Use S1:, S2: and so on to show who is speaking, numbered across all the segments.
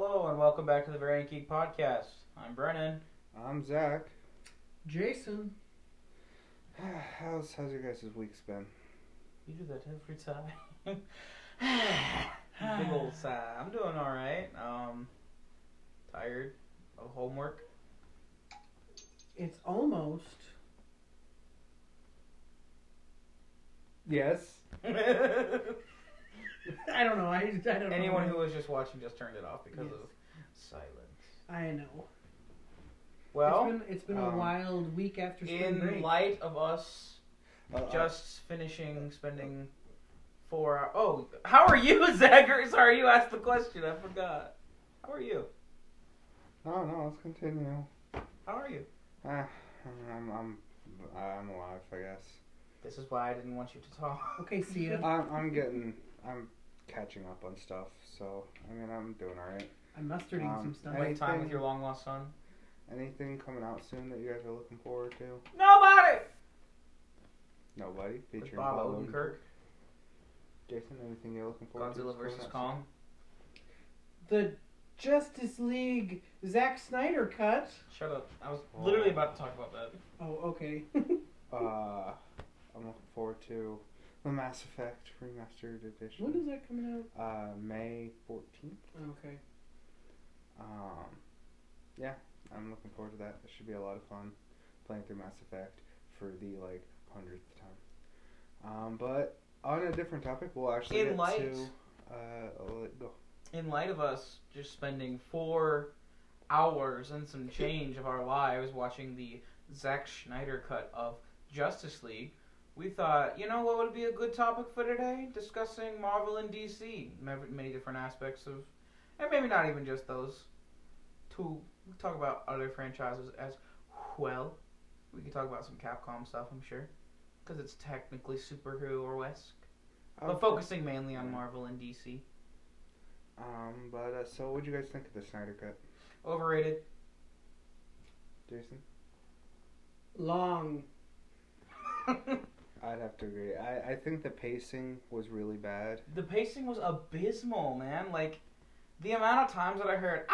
S1: welcome back to the Variant Geek Podcast. I'm Brennan.
S2: I'm Zach.
S3: Jason.
S2: How's how's your guys' week's been?
S1: You do that every time. Big old sigh. I'm doing all right. Um, tired of homework.
S3: It's almost.
S2: Yes.
S1: Anyone
S3: I don't know. I, I don't know.
S1: who was just watching just turned it off because of silence.
S3: I know.
S1: Well,
S3: it's been, it's been
S2: um,
S3: a wild week after spring
S1: in
S3: break.
S1: light of us
S2: Uh,
S1: just finishing spending four hours. Oh, how are you, Zachary? Sorry, you asked the question. I forgot. How are you?
S2: no, no. Let's continue.
S1: How are you?
S2: Ah, I'm I'm I'm alive, I guess.
S1: This is why I didn't want you to talk.
S3: okay, see
S1: um,
S3: ya.
S2: I'm I'm getting I'm catching up on stuff. So I mean, I'm doing all right.
S3: I'm mustarding
S2: um,
S3: some stuff.
S2: hey.
S1: Like time with
S2: Anything-
S1: your long lost son.
S2: Anything coming out soon that you guys are looking forward to?
S1: Nobody.
S2: Nobody.
S1: With
S2: Featuring
S1: Bob
S2: Bob
S1: Odenkirk,
S2: Jason, anything you're looking forward to?
S1: Godzilla
S2: that's coming
S1: vs
S2: out
S1: Kong.
S3: The Justice League Zack Snyder cut.
S1: Shut up! I was
S2: Oh.
S1: literally about to talk about that.
S3: Oh, okay.
S2: soon? Uh, I'm looking forward to the Mass Effect remastered edition.
S3: when is that coming out? Oh,
S2: Uh, May 14th.
S3: Okay.
S2: Um, yeah, I'm looking forward to that. It should be a lot of fun playing through Mass Effect for the like hundredth time. Um, but on a different topic, we'll actually
S1: In
S2: get
S1: light-
S2: to. Uh, I'll let go.
S1: In light of us just spending four hours and some change of our lives watching the Zack Schneider cut of Justice League, we thought, you know, what would be a good topic for today? Discussing Marvel and DC, Mev- many different aspects of, and maybe not even just those two. We could talk about other franchises as well. We could talk about some Capcom stuff, I'm sure, because it's technically superhero or West.
S2: Oh,
S1: But focusing mainly on Marvel and DC.
S2: Um, but uh, so what do you guys think of the Snyder Cut,
S1: Overrated.
S2: Jason?
S3: Long.
S2: I'd have to agree. I, I think the pacing was really bad.
S1: the pacing was abysmal, man. Like, the amount of times that I heard,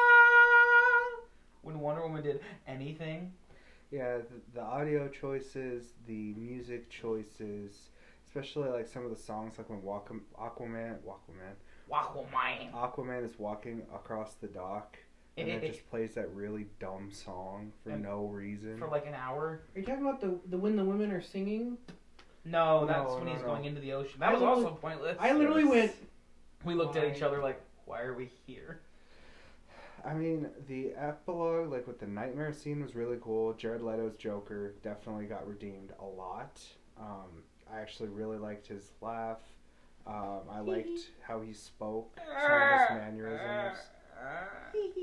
S1: ah! When Wonder Woman did anything.
S2: Yeah, the, the audio choices, the music choices, especially like some of the songs, like when Walk- Aquaman, Aquaman,
S1: Wow, mine.
S2: Aquaman is walking across the dock and it just plays that really dumb song for
S1: And-
S2: no reason.
S1: For like an hour.
S3: Are you talking about the the when the women are singing?
S1: No,
S2: No,
S1: that's when
S2: no,
S1: he's
S2: no.
S1: going into the ocean. That
S3: I
S1: was
S3: literally-
S1: also pointless.
S3: I literally went.
S1: we looked at each
S3: Why?
S1: other like, why are we here?
S2: I mean, the epilogue, like with the nightmare scene, was really cool. Jared Leto's Joker definitely got redeemed a lot. Um, I actually really liked his laugh. Um, I liked how he spoke, some of his mannerisms.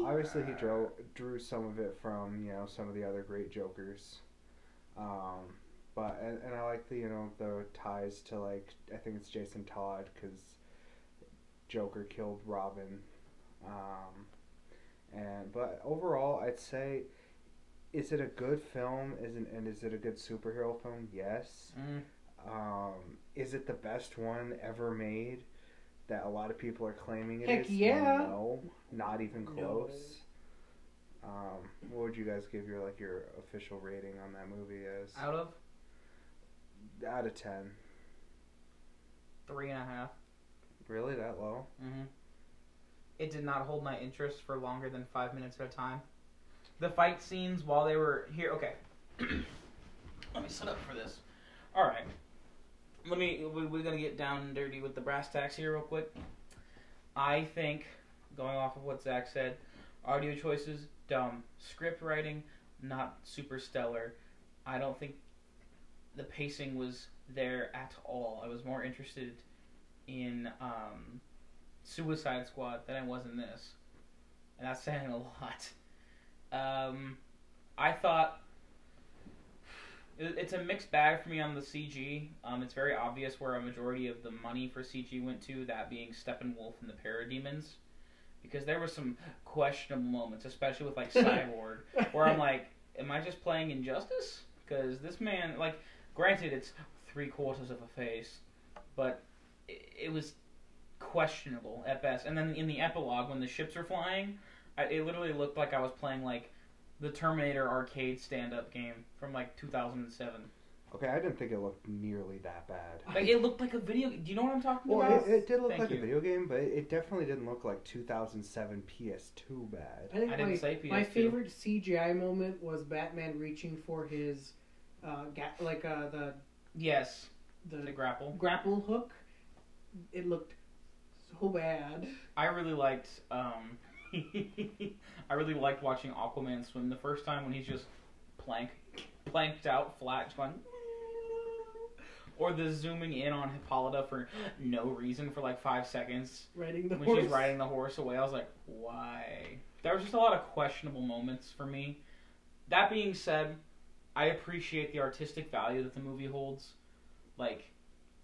S2: Obviously, he drew drew some of it from you know some of the other great Jokers, um, but and, and I like the you know the ties to like I think it's Jason Todd because Joker killed Robin, um, and but overall I'd say, is it a good film? Is it, and is it a good superhero film? Yes.
S1: Mm.
S2: Um, is it the best one ever made? That a lot of people are claiming it is.
S3: Heck yeah.
S2: No, not even
S3: No
S2: close. Um, what would you guys give your like your official rating on that movie as
S1: Out of
S2: out of ten?
S1: three and a half.
S2: Really that low?
S1: hmm It did not hold my interest for longer than five minutes at a time. The fight scenes while they were here. Okay. Let me set up for this. All right. Let me. We, we're gonna get down and dirty with the brass tacks here, real quick. I think, going off of what Zach said, audio choices dumb, script writing not super stellar. I don't think the pacing was there at all. I was more interested in um, Suicide Squad than I was in this, and that's saying a lot. Um, I thought it, it's a mixed bag for me on the CG. Um, it's very obvious where a majority of the money for CG went to, that being Steppenwolf and the Parademons, because there were some questionable moments, especially with like Cyborg, where I'm like, am I just playing Injustice? Because this man, like, granted, it's three quarters of a face, but it, it was questionable at best. And then in the epilogue, when the ships are flying, I, it literally looked like I was playing like the Terminator arcade stand-up game from like 2007.
S2: Okay, I didn't think it looked nearly that bad.
S1: Like it looked like a video. Do you know what I'm talking
S2: Well,
S1: about?
S2: it, it did look
S1: Thank
S2: like
S1: you.
S2: a video game, but it definitely didn't look like 2007 PS2 bad.
S3: I think
S1: I
S3: my,
S1: didn't say PS2.
S3: my favorite CGI moment was Batman reaching for his, uh, ga- like uh, the
S1: Yes, the
S3: the
S1: grapple.
S3: grapple hook. It looked so bad.
S1: I really liked. Um, I really liked watching Aquaman swim the first time when he's just plank, planked out flat, just going. Or the zooming in on Hippolyta for no reason for like five seconds
S3: Riding the
S1: when
S3: horse.
S1: she's riding the horse away. I was like, why? There was just a lot of questionable moments for me. That being said, I appreciate the artistic value that the movie holds. Like,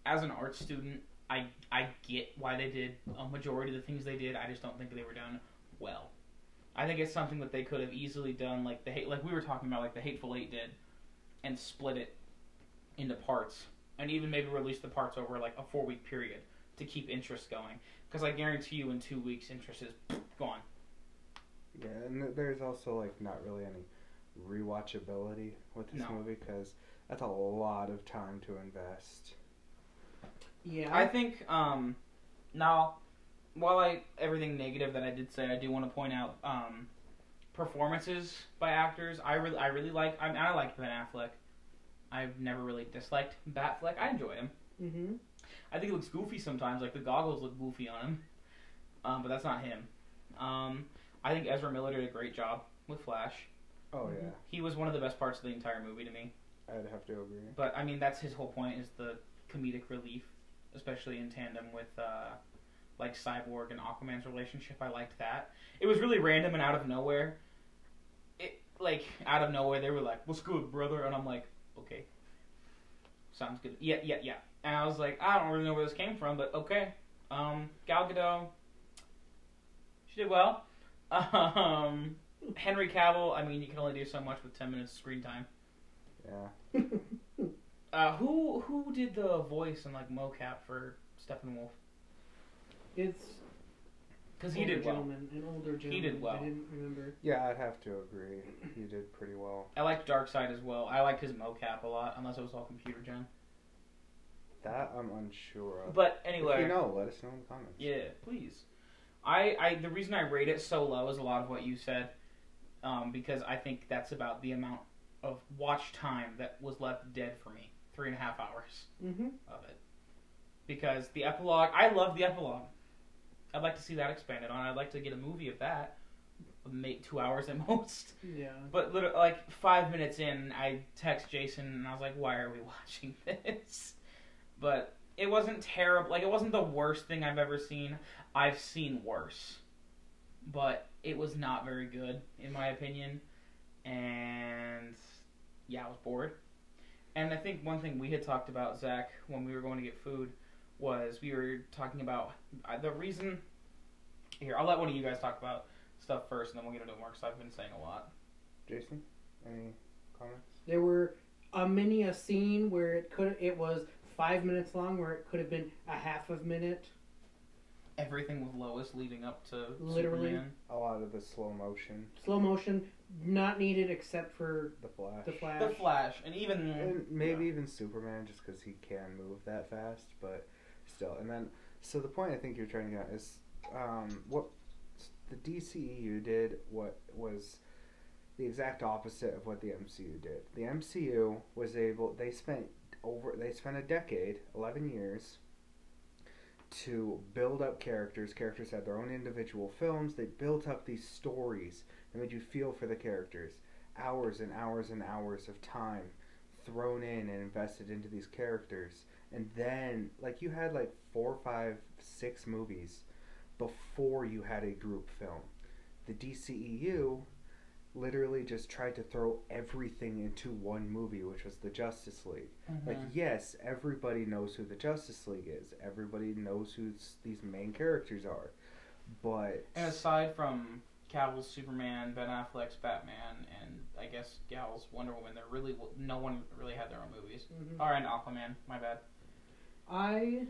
S1: as an art student, I I get why they did a majority of the things they did. I just don't think they were done well. I think it's something that they could have easily done, like the hate, like we were talking about, like the Hateful Eight did, and split it into parts, and even maybe release the parts over like a four week period to keep interest going. Because I guarantee you, in two weeks, interest is gone.
S2: Yeah, and th- there's also like not really any rewatchability with this
S1: No.
S2: movie because that's a lot of time to invest.
S3: Yeah.
S1: I think um, now, while I everything negative that I did say, I do want to point out um, performances by actors. I really, I really like. I mean, I like Ben Affleck. I've never really disliked Batfleck. I enjoy him.
S3: hmm
S1: I think he looks goofy sometimes. Like the goggles look goofy on him, um, but that's not him. Um, I think Ezra Miller did a great job with Flash.
S2: Oh
S3: Mhm.
S2: yeah,
S1: He was one of the best parts of the entire movie to me.
S2: I'd have to agree.
S1: But I mean, that's his whole point is the comedic relief, especially in tandem with uh, like Cyborg and Aquaman's relationship. I liked that. It was really random and out of nowhere. It like out of nowhere they were like, "What's good, brother?" And I'm like, "Okay, sounds good." Yeah, yeah, yeah. And I was like, I don't really know where this came from, but okay. Um, Gal Gadot, she did well. Um, Henry Cavill, I mean, you can only do so much with ten minutes of screen time.
S2: Yeah,
S1: Uh, who who did the voice and like mocap for Steppenwolf?
S3: it's
S1: Because he
S3: older
S1: did well.
S3: gentleman, an older gentleman.
S1: did well.
S3: I didn't remember.
S2: yeah, I'd have to agree. You did pretty well.
S1: I liked Darkseid as well. I liked his mocap a lot, unless it was all computer gen.
S2: That I'm unsure of.
S1: But
S2: if you
S1: anyway,
S2: know, let us know in the comments.
S1: yeah, please. I I the reason I rate it so low is a lot of what you said, um, because I think that's about the amount of watch time that was left dead for me, three and a half hours
S3: Mm-hmm.
S1: of it, because the epilogue. I love the epilogue. I'd like to see that expanded on. I'd like to get a movie of that, make two hours at most.
S3: Yeah.
S1: But literally, like five minutes in, I text Jason and I was like, "Why are we watching this?" But it wasn't terrible. Like it wasn't the worst thing I've ever seen. I've seen worse, but it was not very good in my opinion. And yeah, I was bored. And I think one thing we had talked about Zach when we were going to get food was we were talking about I- the reason. Here, I'll let one of you guys talk about stuff first, and then we'll get into more because I've been saying a lot.
S2: Jason, any comments?
S3: There were a many a scene where it could it was five minutes long where it could have been a half of minute.
S1: everything with Lois leading up to
S3: Literally.
S1: Superman.
S2: A lot of the slow motion,
S3: Slow motion, not needed except for
S2: the flash,
S3: the flash.
S1: The Flash, and even
S2: and maybe even Superman, just because he can move that fast. But still, and then so the point I think you're trying to get at is um, what the DCEU did. What was the exact opposite of what the MCU did. The MCU was able. They spent over. They spent a decade, eleven years. To build up characters, characters had their own individual films. They built up these stories. They made you feel for the characters. Hours and hours and hours of time thrown in and invested into these characters and then like you had like four five six movies before you had a group film the dceu literally just tried to throw everything into one movie which was the justice league like
S1: Hmm. mm-hmm.
S2: yes everybody knows who the justice league is everybody knows who s- these main characters are but
S1: and aside from Cavill's Superman, Ben Affleck's Batman, and I guess Gal's Wonder Woman, there really w- no one really had their own movies.
S3: Mhm.
S1: Or and Aquaman, my bad.
S3: Mm-hmm. I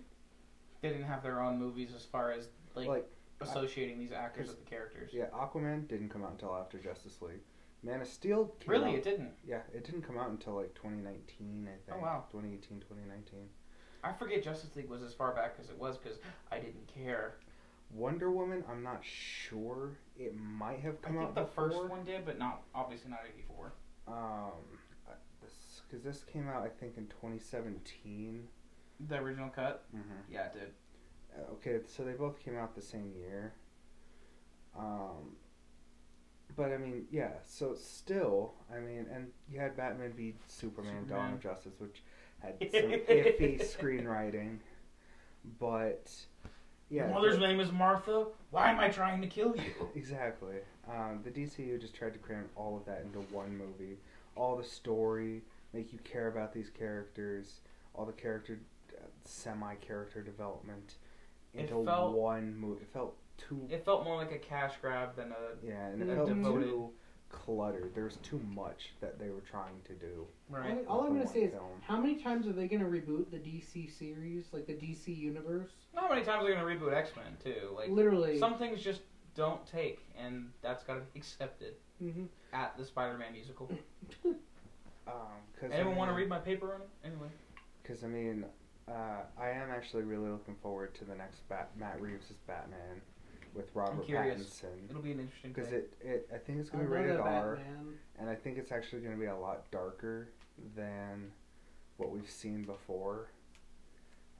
S1: They didn't have their own movies as far as like,
S2: Like,
S1: associating these actors with the characters.
S2: yeah, Aquaman didn't come out until after Justice League. Man of Steel. Came
S1: Really,
S2: out-
S1: it didn't.
S2: Yeah, it didn't come out until like 2019, I think.
S1: Oh, wow.
S2: 2018, 2019.
S1: I forget Justice League was as far back as it was because I didn't care.
S2: Wonder Woman, I'm not sure. It might have come
S1: I think
S2: out
S1: the
S2: before.
S1: first one did, but not obviously not eighty four.
S2: Um, I- this because this came out I think in 2017.
S1: The original cut.
S2: Mm-hmm.
S1: Yeah, it did.
S2: Uh, Okay, so they both came out the same year. Um, but I mean, yeah. So still, I mean, and you had Batman v Superman: Dawn
S1: Superman.
S2: of Justice, which had some iffy screenwriting. But yeah,
S1: Your mother's
S2: the-
S1: name is Martha. Why am I trying to kill you?
S2: exactly. Um, the DCU just tried to cram all of that into one movie, all the story, make you care about these characters, all the character, uh, semi character development,
S1: It
S2: into
S1: felt-
S2: one movie. It felt too
S1: It felt more like a cash grab than a
S2: Yeah, and it
S3: Mm.
S2: felt
S1: Devoted.
S2: too cluttered. There was too much that they were trying to do.
S1: right.
S3: All, all I'm
S2: with
S3: gonna
S2: the
S3: say
S2: one
S3: is,
S2: film.
S3: how many times are they gonna reboot the DC series, like the DC universe?
S1: Not many times they're gonna reboot X Men too. Like
S3: Literally.
S1: some things just don't take, and that's gotta be accepted
S3: Mhm.
S1: at the Spider Man musical.
S2: Um, cause I
S1: Anyone
S2: mean,
S1: want to read my paper on it? Anyway.
S2: Because I mean, uh, I am actually really looking forward to the next Bat- Matt Reeves' Batman with Robert
S1: curious.
S2: Pattinson.
S1: It'll be an interesting
S2: Because
S1: thing.
S2: it, it, I think it's
S3: I
S2: gonna be
S3: love
S2: rated
S3: that
S2: R,
S3: Batman.
S2: and I think it's actually gonna be a lot darker than what we've seen before.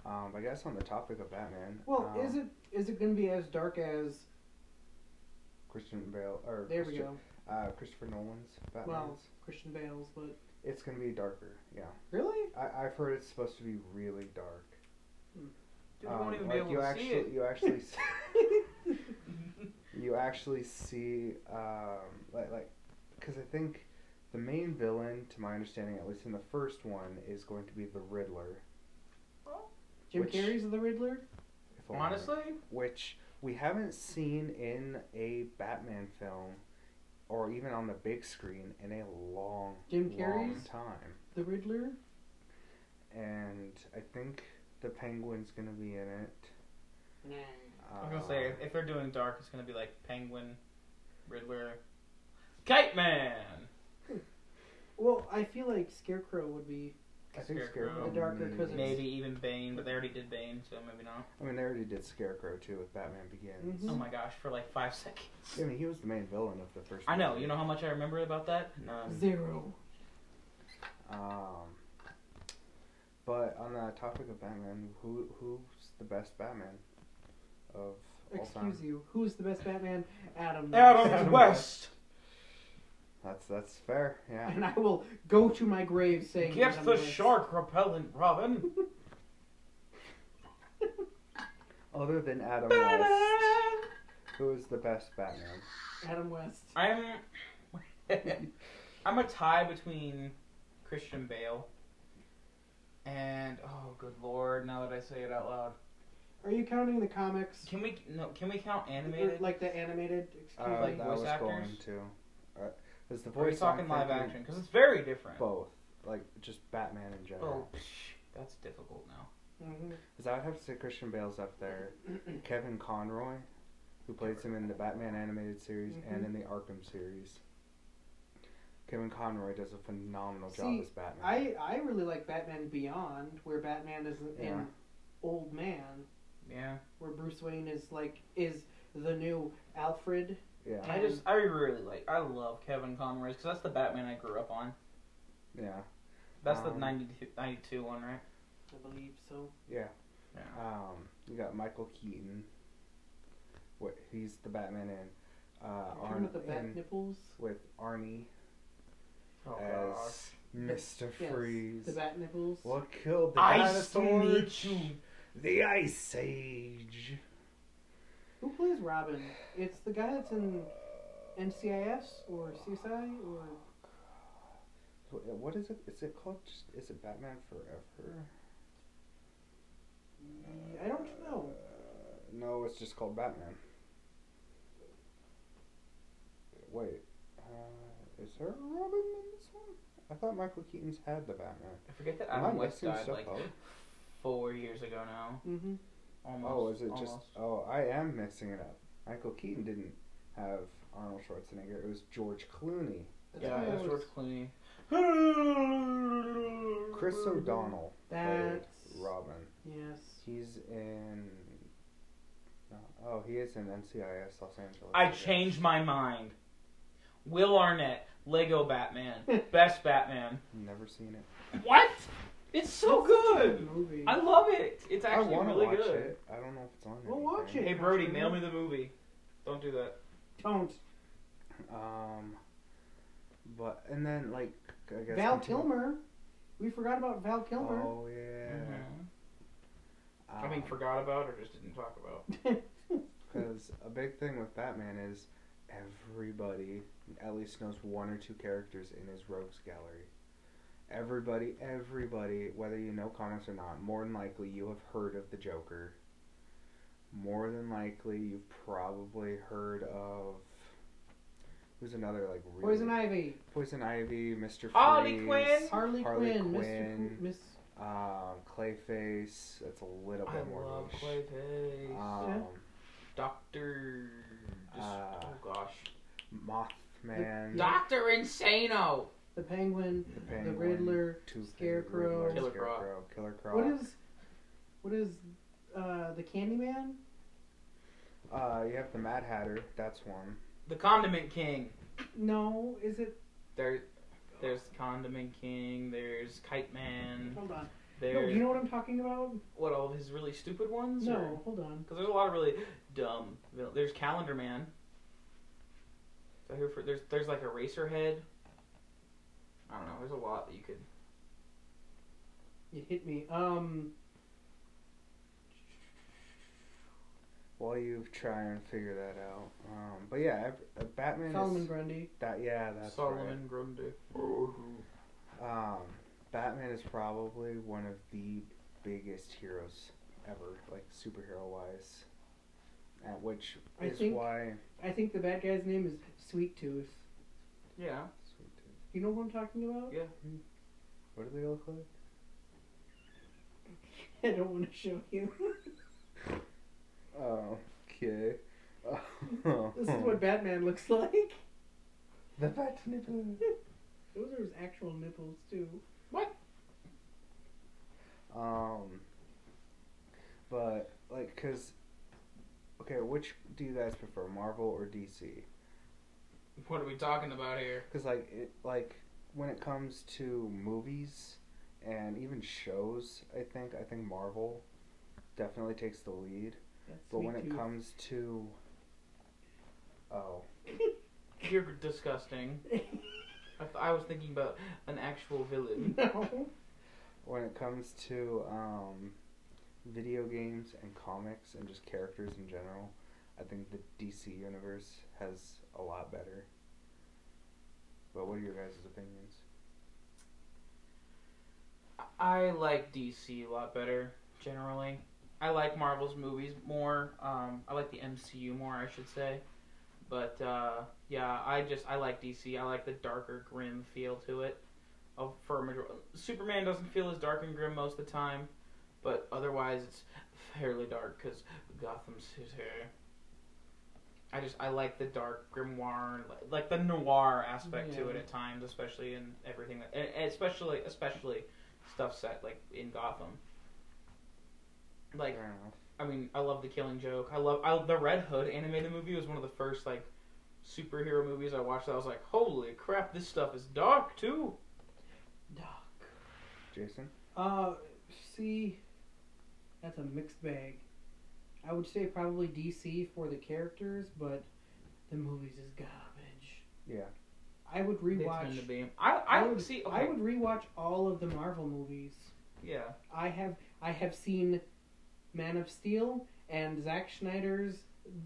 S2: Um, I guess on the topic of Batman.
S3: Well,
S2: um,
S3: is it is it gonna be as dark as?
S2: Christian Bale or
S3: There we
S2: Christian,
S3: go.
S2: Uh, Christopher Nolan's Batman's?
S3: Well, Christian Bale's, but
S2: It's gonna be darker. Yeah,
S3: really,
S2: I, I've heard it's supposed to be really dark.
S1: Dude, we won't
S2: Um,
S1: even
S2: like
S1: be
S2: you
S1: able to
S2: actually,
S1: see it.
S2: you actually, s- you actually see, um, like, like, because I think the main villain, to my understanding, at least in the first one, is going to be the Riddler.
S3: Jim
S2: Which-
S3: Carrey's the Riddler.
S2: If I'm right.
S1: Honestly,
S2: which we haven't seen in a Batman film, or even on the big screen in a long,
S3: Jim
S2: long
S3: Carrey's?
S2: time.
S3: The Riddler.
S2: And I think the Penguin's gonna be in it.
S3: Nah.
S1: I was gonna say
S2: Um,
S1: if- if they're doing dark, it's gonna be like Penguin, Riddler, Kite Man.
S3: Well, I feel like Scarecrow would be.
S2: I think
S1: Scarecrow.
S2: Scarecrow.
S3: The darker
S2: maybe-
S3: cousins.
S1: Maybe even Bane, but they already did Bane, so maybe not.
S2: I mean, they already did Scarecrow too with Batman Begins.
S3: Mhm.
S1: Oh my gosh, for like five seconds.
S2: I mean, he was the main villain of the first.
S1: I know.
S2: movie.
S1: You know how much I remember about that? None.
S3: Zero.
S2: Um, but on the topic of Batman, who who's the best Batman of all time?
S3: Excuse you. Who's the best Batman? Adam.
S1: Adam
S2: Adam
S1: West
S2: That's that's fair. Yeah.
S3: And I will go to my grave saying.
S1: gets
S3: Adam
S1: the
S3: West.
S1: shark repellent Robin.
S2: Other than Adam West,
S1: I'm.
S2: who is the best Batman?
S3: Adam West.
S1: I'm a tie between Christian Bale and oh good lord! Now that I say it out loud,
S3: Are you counting the comics?
S1: can we no? Can we count animated?
S3: Like the animated. Excuse
S2: Uh,
S1: like
S3: me.
S2: that
S1: voice
S2: was going
S1: actors?
S2: to. Uh, is the
S1: Are we
S2: voice? I'm
S1: talking live
S2: thinking
S1: action? Because it's very different.
S2: Both, like just Batman in
S1: Oh,
S2: general.
S1: psh, that's difficult now.
S3: Mhm.
S2: Because I would have to say Christian Bale's up there. Kevin Conroy, who plays him in the Batman animated series
S1: Mm-hmm.
S2: and in the Arkham series. Kevin Conroy does a phenomenal job
S3: See,
S2: as Batman.
S3: I I really like Batman Beyond, where Batman is an
S2: Yeah.
S3: an old man,
S1: Yeah,
S3: where Bruce Wayne is like is the new Alfred.
S2: yeah,
S1: I just I really like I love Kevin Conroy because that's the Batman I grew up on.
S2: yeah,
S1: That's the
S2: Um,
S1: 92, 92 one, right?
S3: I believe so.
S2: yeah.
S1: Yeah.
S2: Um, you got Michael Keaton. What he's the Batman in? Uh,
S3: You talking
S2: Arn-
S3: about the bat
S2: in-
S3: nipples.
S2: with Arnie
S1: Oh
S2: as Mister
S3: Yes,
S2: Freeze.
S3: the bat nipples.
S2: what killed the
S1: Ice
S2: dinosaurs?
S1: Snitch.
S2: The Ice Age.
S3: Who plays Robin? It's the guy that's in NCIS or CSI or
S2: Wh- What is it? Is it called? Just, is it Batman Forever?
S3: I don't know.
S2: Uh, No, it's just called Batman. Wait, uh, is there a Robin in this one? I thought Michael Keaton's had the Batman.
S1: I forget that
S2: Am
S1: Adam
S2: I
S1: West
S2: mixing
S1: died
S2: stuff
S1: like
S2: up?
S1: four years ago now.
S3: Mm-hmm.
S1: Almost.
S2: Oh, is it
S1: almost.
S2: just? Oh, I am mixing it up. Michael Keaton didn't have Arnold Schwarzenegger. It was George Clooney,
S3: That's
S1: Yeah,
S3: why I
S1: it's
S3: was-
S1: George Clooney.
S2: Chris
S1: Mm-hmm.
S2: O'Donnell played
S3: That's
S2: Robin.
S3: yes.
S2: He's in. no- Oh, he is in NCIS Los Angeles.
S1: I
S2: guess.
S1: changed my mind. Will Arnett, Lego Batman, best Batman.
S2: Never seen it.
S1: What? It's so
S3: That's such a
S1: good.
S3: movie.
S1: I love it. It's
S2: I
S1: actually
S2: want to
S1: really
S2: watch
S1: good.
S2: it. I don't know if it's on.
S3: We'll watch
S2: anything.
S1: Hey Brody, mail me the movie. Don't do that.
S3: don't.
S2: Um, but and then like I guess
S3: Val
S2: continue-
S3: Kilmer. We forgot about Val Kilmer.
S2: Oh yeah.
S1: Mm-hmm.
S2: Uh,
S1: I mean, forgot about or just didn't talk about.
S2: Because a big thing with Batman is everybody at least knows one or two characters in his rogues gallery. Everybody, everybody, whether you know comics or not, more than likely you have heard of the Joker. More than likely you've probably heard of who's another like really
S3: Poison Ivy,
S2: Poison Ivy, Mr.
S1: Harley
S2: Freeze,
S1: Quinn.
S3: Harley,
S2: Harley
S3: Quinn,
S2: Quinn.
S3: Mr. Miss.
S2: um, Clayface. That's a little bit
S1: I
S2: more.
S1: love
S2: niche.
S1: Clayface.
S2: Um,
S1: Doctor. Just,
S2: Uh,
S1: oh gosh.
S2: Mothman,
S1: Doctor Insano.
S3: The Penguin,
S2: the
S3: the
S2: Penguin,
S3: Riddler.
S2: Two-Face,
S3: Scarecrow.
S2: Riddler,
S1: Killer Croc.
S2: Scarecrow, Killer Croc.
S3: What is? What is? Uh, the Candyman.
S2: Uh, you have the Mad Hatter. That's one.
S1: The Condiment King.
S3: No, is it?
S1: There, there's Condiment King. There's Kite Man.
S3: Hold on. No,
S1: There's
S3: do you know what I'm talking about?
S1: what all his really stupid ones?
S3: No, hold on.
S1: Because there's a lot of really dumb. vil- There's Calendar Man. So here for there's there's like Eraserhead. I don't know. There's a lot that you could.
S3: You hit me. Um,
S2: While you try and figure that out. Um, but yeah, ev- uh, Batman
S3: Solomon
S2: is
S3: Grundy.
S2: that. Yeah, that's
S1: Solomon Grundy. Oh,
S2: right. Um, Batman is probably one of the biggest heroes ever, like superhero wise. At which
S3: I
S2: is
S3: think-
S2: why.
S3: I think the bad guy's name is Sweet Tooth.
S1: Yeah.
S2: Sweet tooth.
S3: You know what I'm talking about?
S1: Yeah.
S2: What do they look like?
S3: I don't want to show you.
S2: Oh, okay.
S3: this is
S2: Hmm.
S3: what Batman looks like.
S2: the bat nipple.
S3: Those are his actual nipples too.
S2: Um, but like, cause okay, which do you guys prefer, Marvel or DC?
S1: What are we talking about here?
S2: Cause like it, like when it comes to movies and even shows, I think I think Marvel definitely takes the lead.
S3: That's
S2: But
S3: Sweet
S2: when it
S3: Tooth.
S2: comes to oh,
S1: You're disgusting. I, th- I was thinking about an actual villain.
S3: no.
S2: when it comes to um, video games and comics and just characters in general, I think the DC universe has a lot better. But what are your guys' opinions?
S1: I like DC a lot better generally. I like Marvel's movies more. Um, I like the MCU more, I should say. But uh, yeah, I just I like DC. I like the darker, grim feel to it. Of for a major- Superman doesn't feel as dark and grim most of the time, but otherwise it's fairly dark because Gotham City. I just I like the dark grimoire, and li- like the noir aspect to it
S3: Yeah.
S1: at times, especially in everything that, and- and especially especially stuff set like in Gotham. Like
S2: Fair enough.
S1: I mean, I love the Killing Joke. I love I, the Red Hood animated movie was one of the first like superhero movies I watched. That I was like, holy crap, this stuff is dark too.
S3: Doc.
S2: Jason?
S3: Uh, see, that's a mixed bag. I would say probably DC for the characters, but the movies is garbage.
S2: Yeah.
S3: I would
S1: It's gonna
S3: rewatch.
S1: be. I I
S3: I would-
S1: see. Okay,
S3: I would rewatch all of the Marvel movies.
S1: yeah.
S3: I have I have seen Man of Steel and Zack Snyder's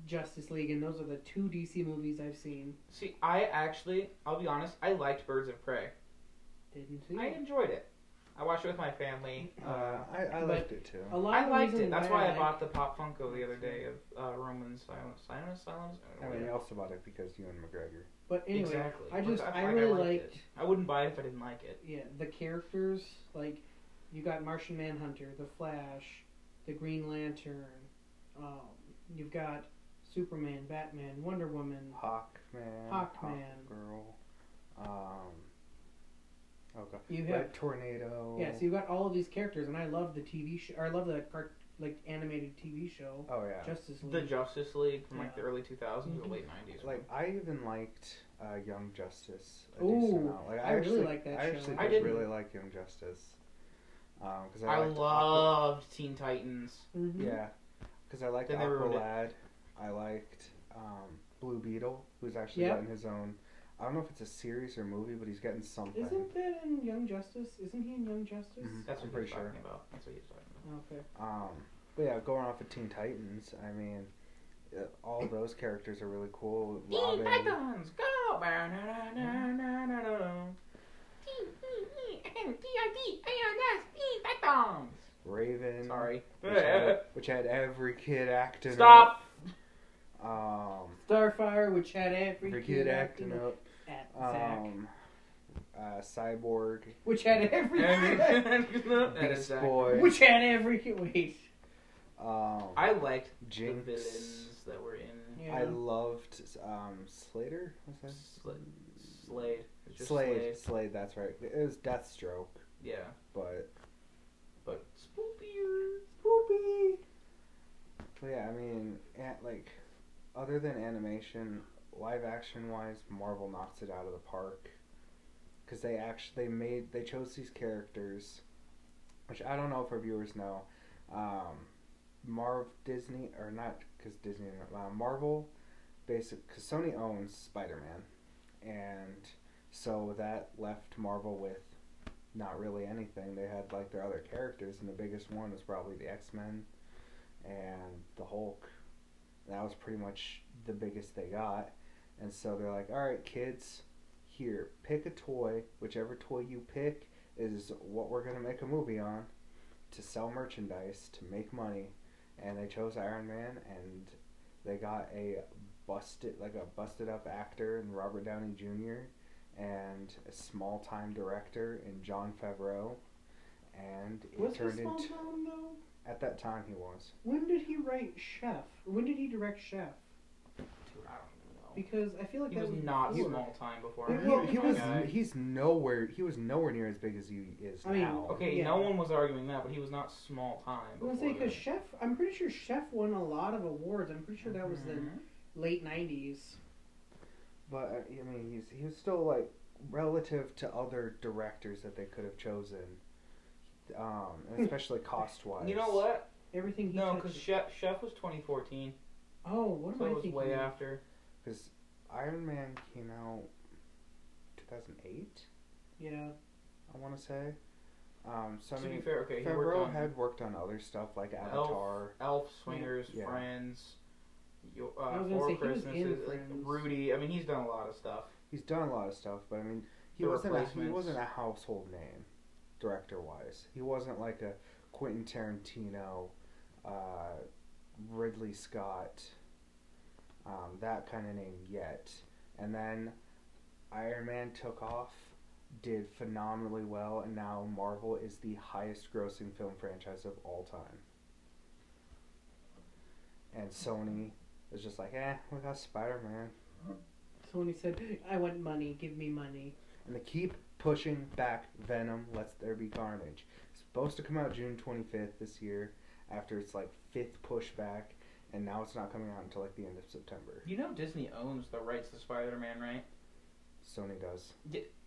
S3: Justice League, and those are the two DC movies I've seen.
S1: See, I actually, I'll be honest, I liked Birds of Prey.
S3: Didn't see
S1: I
S3: it.
S1: enjoyed it. I watched it with my family. Uh,
S2: I, I
S3: but-
S2: liked it too.
S3: A lot
S1: I
S3: of
S1: liked
S3: reason
S1: it. That's why I
S3: like-
S1: bought the Pop Funko the other day of uh, Roman Silence. Silence? Silence? I
S2: I
S3: Oh,
S1: don't know.
S2: mean, you also bought it because you and McGregor.
S3: But anyway,
S1: exactly.
S3: I just
S1: Like,
S3: I
S1: like,
S3: really
S1: liked
S3: liked
S1: it. I wouldn't buy it if I didn't like it.
S3: yeah, the characters like you got Martian Manhunter, the Flash, the Green Lantern, Um, you've got Superman, Batman, Wonder Woman,
S2: Mm-hmm. Hawkman,
S3: Hawkman.
S2: Girl. Um, oh god,
S3: You
S2: Red
S3: have-
S2: Tornado.
S3: Yeah, so you've got all of these characters, and I love the TV show. Or I love the cart- like animated TV show
S2: oh yeah.
S3: Justice League.
S1: The Justice League from like
S3: Mm. Yeah.
S1: the early 2000s or
S3: Mhm.
S1: late 90s.
S2: like I even liked uh, Young Justice. A
S3: Ooh,
S2: decent amount. like
S3: I really
S2: actually-
S3: like that
S2: I
S3: show.
S2: actually
S1: I
S2: did
S1: didn't.
S2: really like Young Justice. Um, because I,
S1: I
S2: liked Aqua-
S1: loved Teen Titans.
S3: Mhm.
S2: Yeah, because I liked
S1: Then they ruined it.
S2: Aqualad. I liked um, Blue Beetle, who's actually
S3: Yep.
S2: gotten his own. I don't know if it's a series or movie, but he's getting something.
S3: Isn't that in Young Justice? Isn't he in Young Justice?
S2: Mhm.
S1: That's what he
S2: I'm
S1: was
S2: pretty sure.
S1: talking about. That's what he was talking about.
S3: Okay.
S2: Um, but yeah, going off of Teen Titans, I mean, uh, all those characters are really cool.
S1: Teen
S2: Robin,
S1: Titans, go!
S3: Mm-hmm.
S1: T-E-E-N-T-I-T-A-N-S, Teen Titans!
S2: Raven.
S1: Sorry.
S2: Which had, which had every kid acting.
S1: Stop!
S2: Up. Um,
S3: Starfire with Chad Every
S2: every kid acting up.
S3: At Zack.
S2: Um, uh, Cyborg,
S3: Which had every kid.
S1: That is
S2: Beast
S1: Zach.
S2: Boy,
S3: Which had every kid. Wait.
S2: um,
S1: I liked the
S2: Jinx.
S1: villains that were in
S3: Yeah.
S2: I loved um, Slater. Was that?
S1: Sla- Slade. It's just
S2: Slade. Slade. That's right. It was Deathstroke,
S1: Yeah.
S2: but,
S1: But spoopier.
S2: Spoopy. but yeah, I mean, at, like, other than animation, live action wise, Marvel knocks it out of the park. Because they actually they made they chose these characters, which I don't know if our viewers know. Um, Marv Disney or not because Disney uh, Marvel, basic because Sony owns Spider Man, and so that left Marvel with not really anything. They had like their other characters, and the biggest one was probably the X Men and the Hulk. That was pretty much the biggest they got, and so they're like, all right, kids, here, pick a toy. Whichever toy you pick is what we're gonna make a movie on. To sell merchandise, to make money, and they chose Iron Man, and they got a busted like a busted up actor in Robert Downey Jr. and a small time director in John Favreau, and it
S3: Was he
S2: turned
S3: small
S2: into
S3: town though?
S2: at that time he was
S3: When did he write Chef? When did he direct Chef?
S1: Dude, I don't even know.
S3: Because I feel like
S1: He
S3: that
S1: was
S3: would be
S1: not
S3: cooler.
S1: small time before.
S3: He-
S1: I
S3: he-
S1: mean,
S2: he
S1: my
S2: was
S1: guy.
S2: he's nowhere he was nowhere near as big as he is
S3: I mean,
S2: now.
S1: Okay,
S3: Yeah.
S1: no one was arguing that, but he was not small time.
S3: I was
S1: before
S3: gonna say because
S1: that.
S3: Chef, I'm pretty sure Chef won a lot of awards. I'm pretty sure that was the
S1: Mhm.
S3: late '90s.
S2: But I mean, he's he was still like relative to other directors that they could have chosen, um,
S3: Hmm.
S2: and especially cost wise.
S1: You know what?
S3: Everything he
S1: No,
S3: touched-
S1: because Chef Chef was 2014,
S3: oh, what am
S1: so
S3: I
S1: it was
S3: thinking?
S1: way after.
S2: Because Iron Man came out two thousand eight,
S3: Yeah,
S2: I want to say. Um, so I
S1: to
S2: mean,
S1: be fair, okay, he worked
S2: Favreau
S1: on
S2: had worked on other stuff like
S1: Elf.
S2: Avatar.
S1: Elf, Swingers,
S2: Yeah.
S1: Friends, Yo- uh,
S3: I was gonna
S1: Four
S3: say, he was in
S1: Christmases, like,
S3: Friends.
S1: Rudy. I mean, he's done a lot of stuff.
S2: He's done a lot of stuff, but I mean, he
S1: The
S2: wasn't a, he
S1: Replacements.
S2: wasn't a household name, director wise. He wasn't like a Quentin Tarantino, uh, Ridley Scott, um, that kind of name yet. And then Iron Man took off, did phenomenally well, and now Marvel is the highest grossing film franchise of all time. And Sony is just like, eh, we got Spider Man.
S3: someone said, "I want money. Give me money."
S2: and they keep pushing back Venom. Let's there be carnage. It's supposed to come out June twenty fifth this year. After its like fifth pushback, and now it's not coming out until like the end of September.
S1: You know, Disney owns the rights to Spider-Man, right?
S2: Sony does.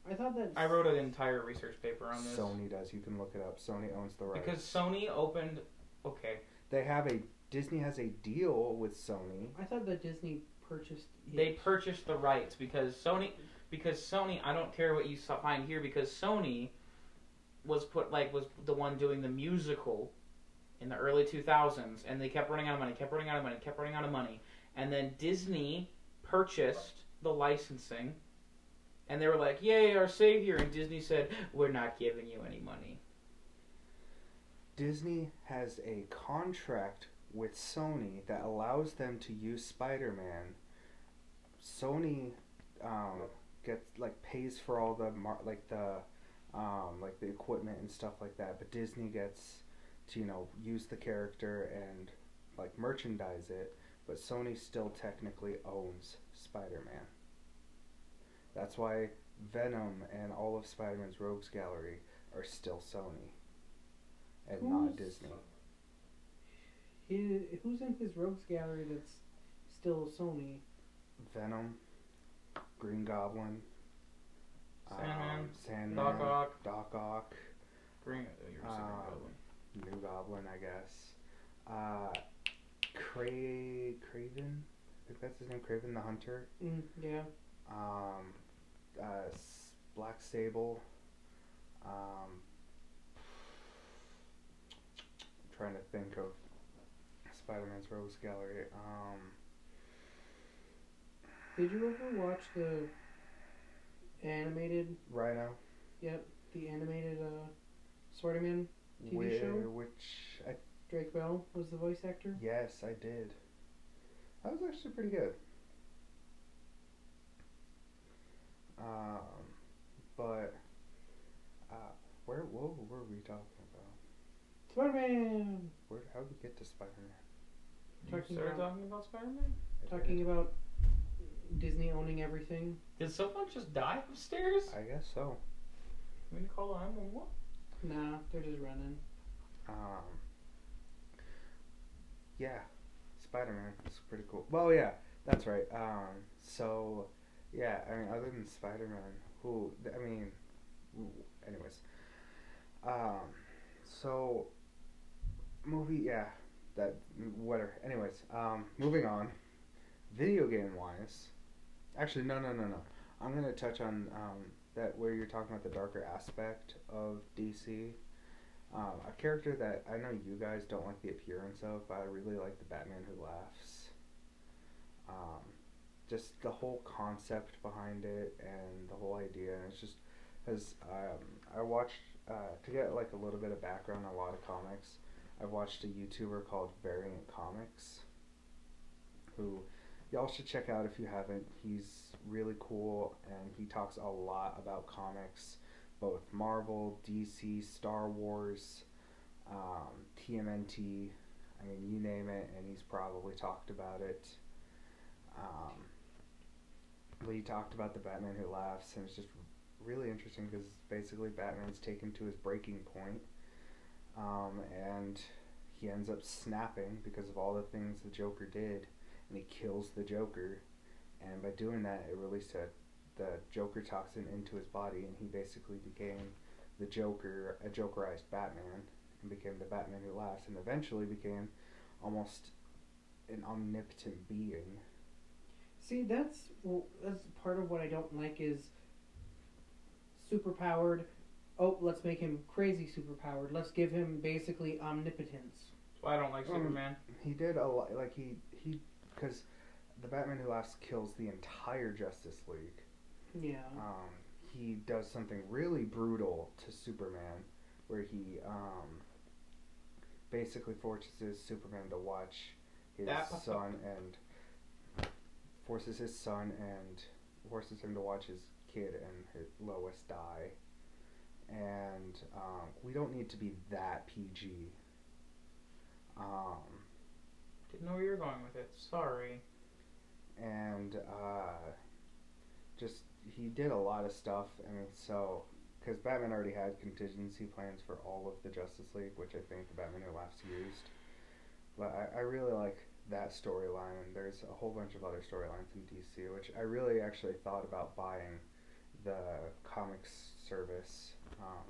S3: I thought that
S1: I wrote an entire research paper on this
S2: Sony does. You can look it up. Sony owns the rights.
S1: because Sony opened. Okay,
S2: they have a Disney has a deal with Sony.
S3: I thought that Disney purchased. it.
S1: they purchased the rights because Sony because Sony I don't care what you s- find here because Sony was put like was the one doing the musical in the early 2000s and they kept running out of money kept running out of money kept running out of money and then Disney purchased the licensing and they were like yay our savior and Disney said we're not giving you any money
S2: Disney has a contract with Sony that allows them to use Spider Man. Sony um, gets like pays for all the mar- like the um, like the equipment and stuff like that, but Disney gets to you know use the character and like merchandise it, but Sony still technically owns Spider-Man. That's why Venom and all of Spider-Man's Rogues Gallery are still Sony and not
S3: Who's-
S2: Disney.
S3: He, who's in his rogues gallery that's still Sony?
S2: Venom, Green Goblin, Um,
S1: Sandman,
S2: Sandman,
S1: Doc Ock.
S2: Doc Ock,
S1: Green. You're saying
S2: Um,
S1: Goblin.
S2: New Goblin, I guess. Uh, Cra- Craven, I think that's his name, Craven the Hunter.
S3: Mm, yeah.
S2: um, uh, S- Black Sable. Um, I'm trying to think of Spider-Man's Rogues Gallery. Um,
S3: Did you ever watch the animated?
S2: Rhino.
S3: Yep, the animated uh, Sorting Man. TV
S2: whi-
S3: show?
S2: Which I,
S3: Drake Bell was the voice actor.
S2: yes, I did. That was actually pretty good. Um, but uh, where what were we talking about?
S3: Spider Man.
S2: Where how did we get to Spider-Man?
S1: You
S3: talking
S1: started
S3: about-
S1: talking about Spider-Man.
S2: I
S3: Talking
S2: did.
S3: about Disney owning everything.
S1: Did someone just die upstairs?
S2: I guess so.
S1: We need to call 911.
S3: Nah, they're just running.
S2: Um, yeah, Spider Man is pretty cool. Well, yeah, that's right. Um, so yeah, I mean, other than Spider Man, who I mean, w- anyways, um, so movie, yeah, that whatever. Anyways, um, moving on, video game wise, actually, no, no, no, no. I'm gonna touch on um, that where you're talking about the darker aspect of DC. Um, a character that I know you guys don't like the appearance of, but I really like the Batman who laughs. Um, just the whole concept behind it and the whole idea, and it's just as um, I watched uh, to get like a little bit of background on a lot of comics. I've watched a YouTuber called Variant Comics, who y'all should check out if you haven't. He's really cool, and he talks a lot about comics both Marvel, DC, Star Wars, um, TMNT. I mean, you name it, and he's probably talked about it. Um, but he talked about the Batman Who Laughs, and it's just really interesting because basically Batman's taken to his breaking point, um, and he ends up snapping because of all the things the Joker did, and he kills the Joker, and by doing that, it released a the Joker toxin into his body, and he basically became the Joker, a Jokerized Batman, and became the Batman who laughs, and eventually became almost an omnipotent being.
S3: See, that's well, that's part of what I don't like is super powered. Oh, let's make him crazy super powered. Let's give him basically omnipotence.
S1: That's why I don't like
S2: Um,
S1: Superman.
S2: He did a lot, like he he, because the Batman who laughs kills the entire Justice League.
S3: Yeah.
S2: um, he does something really brutal to Superman, where he um, basically forces Superman to watch his
S1: That-
S2: son and forces his son and forces him to watch his kid and his Lois die. And um, we don't need to be that PG. Um,
S1: Didn't know where you were going with it. Sorry.
S2: and uh, just he did a lot of stuff. I mean, so because Batman already had contingency plans for all of the Justice League, which I think the Batman Who Laughs used. But I, I really like that storyline, and there's a whole bunch of other storylines in DC, which I really actually thought about buying the comics service, um,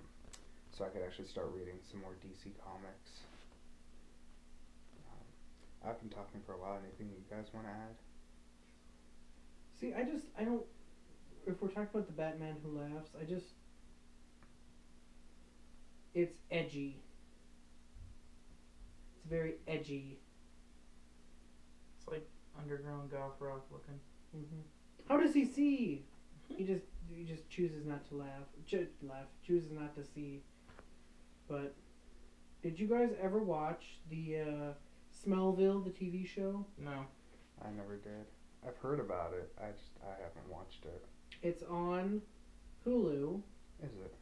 S2: so I could actually start reading some more DC comics. Um, I've been talking for a while. Anything you guys want to add?
S3: See, I just I don't. If we're talking about the Batman who laughs, I just it's edgy. It's very edgy.
S1: It's like underground goth rock looking.
S3: hmm How does he see? He just he just chooses not to laugh. Cho- laugh chooses not to see. But did you guys ever watch the uh, Smellville, the TV show?
S1: No.
S2: I never did. I've heard about it. I just I haven't watched it.
S3: It's on Hulu.
S2: Is it?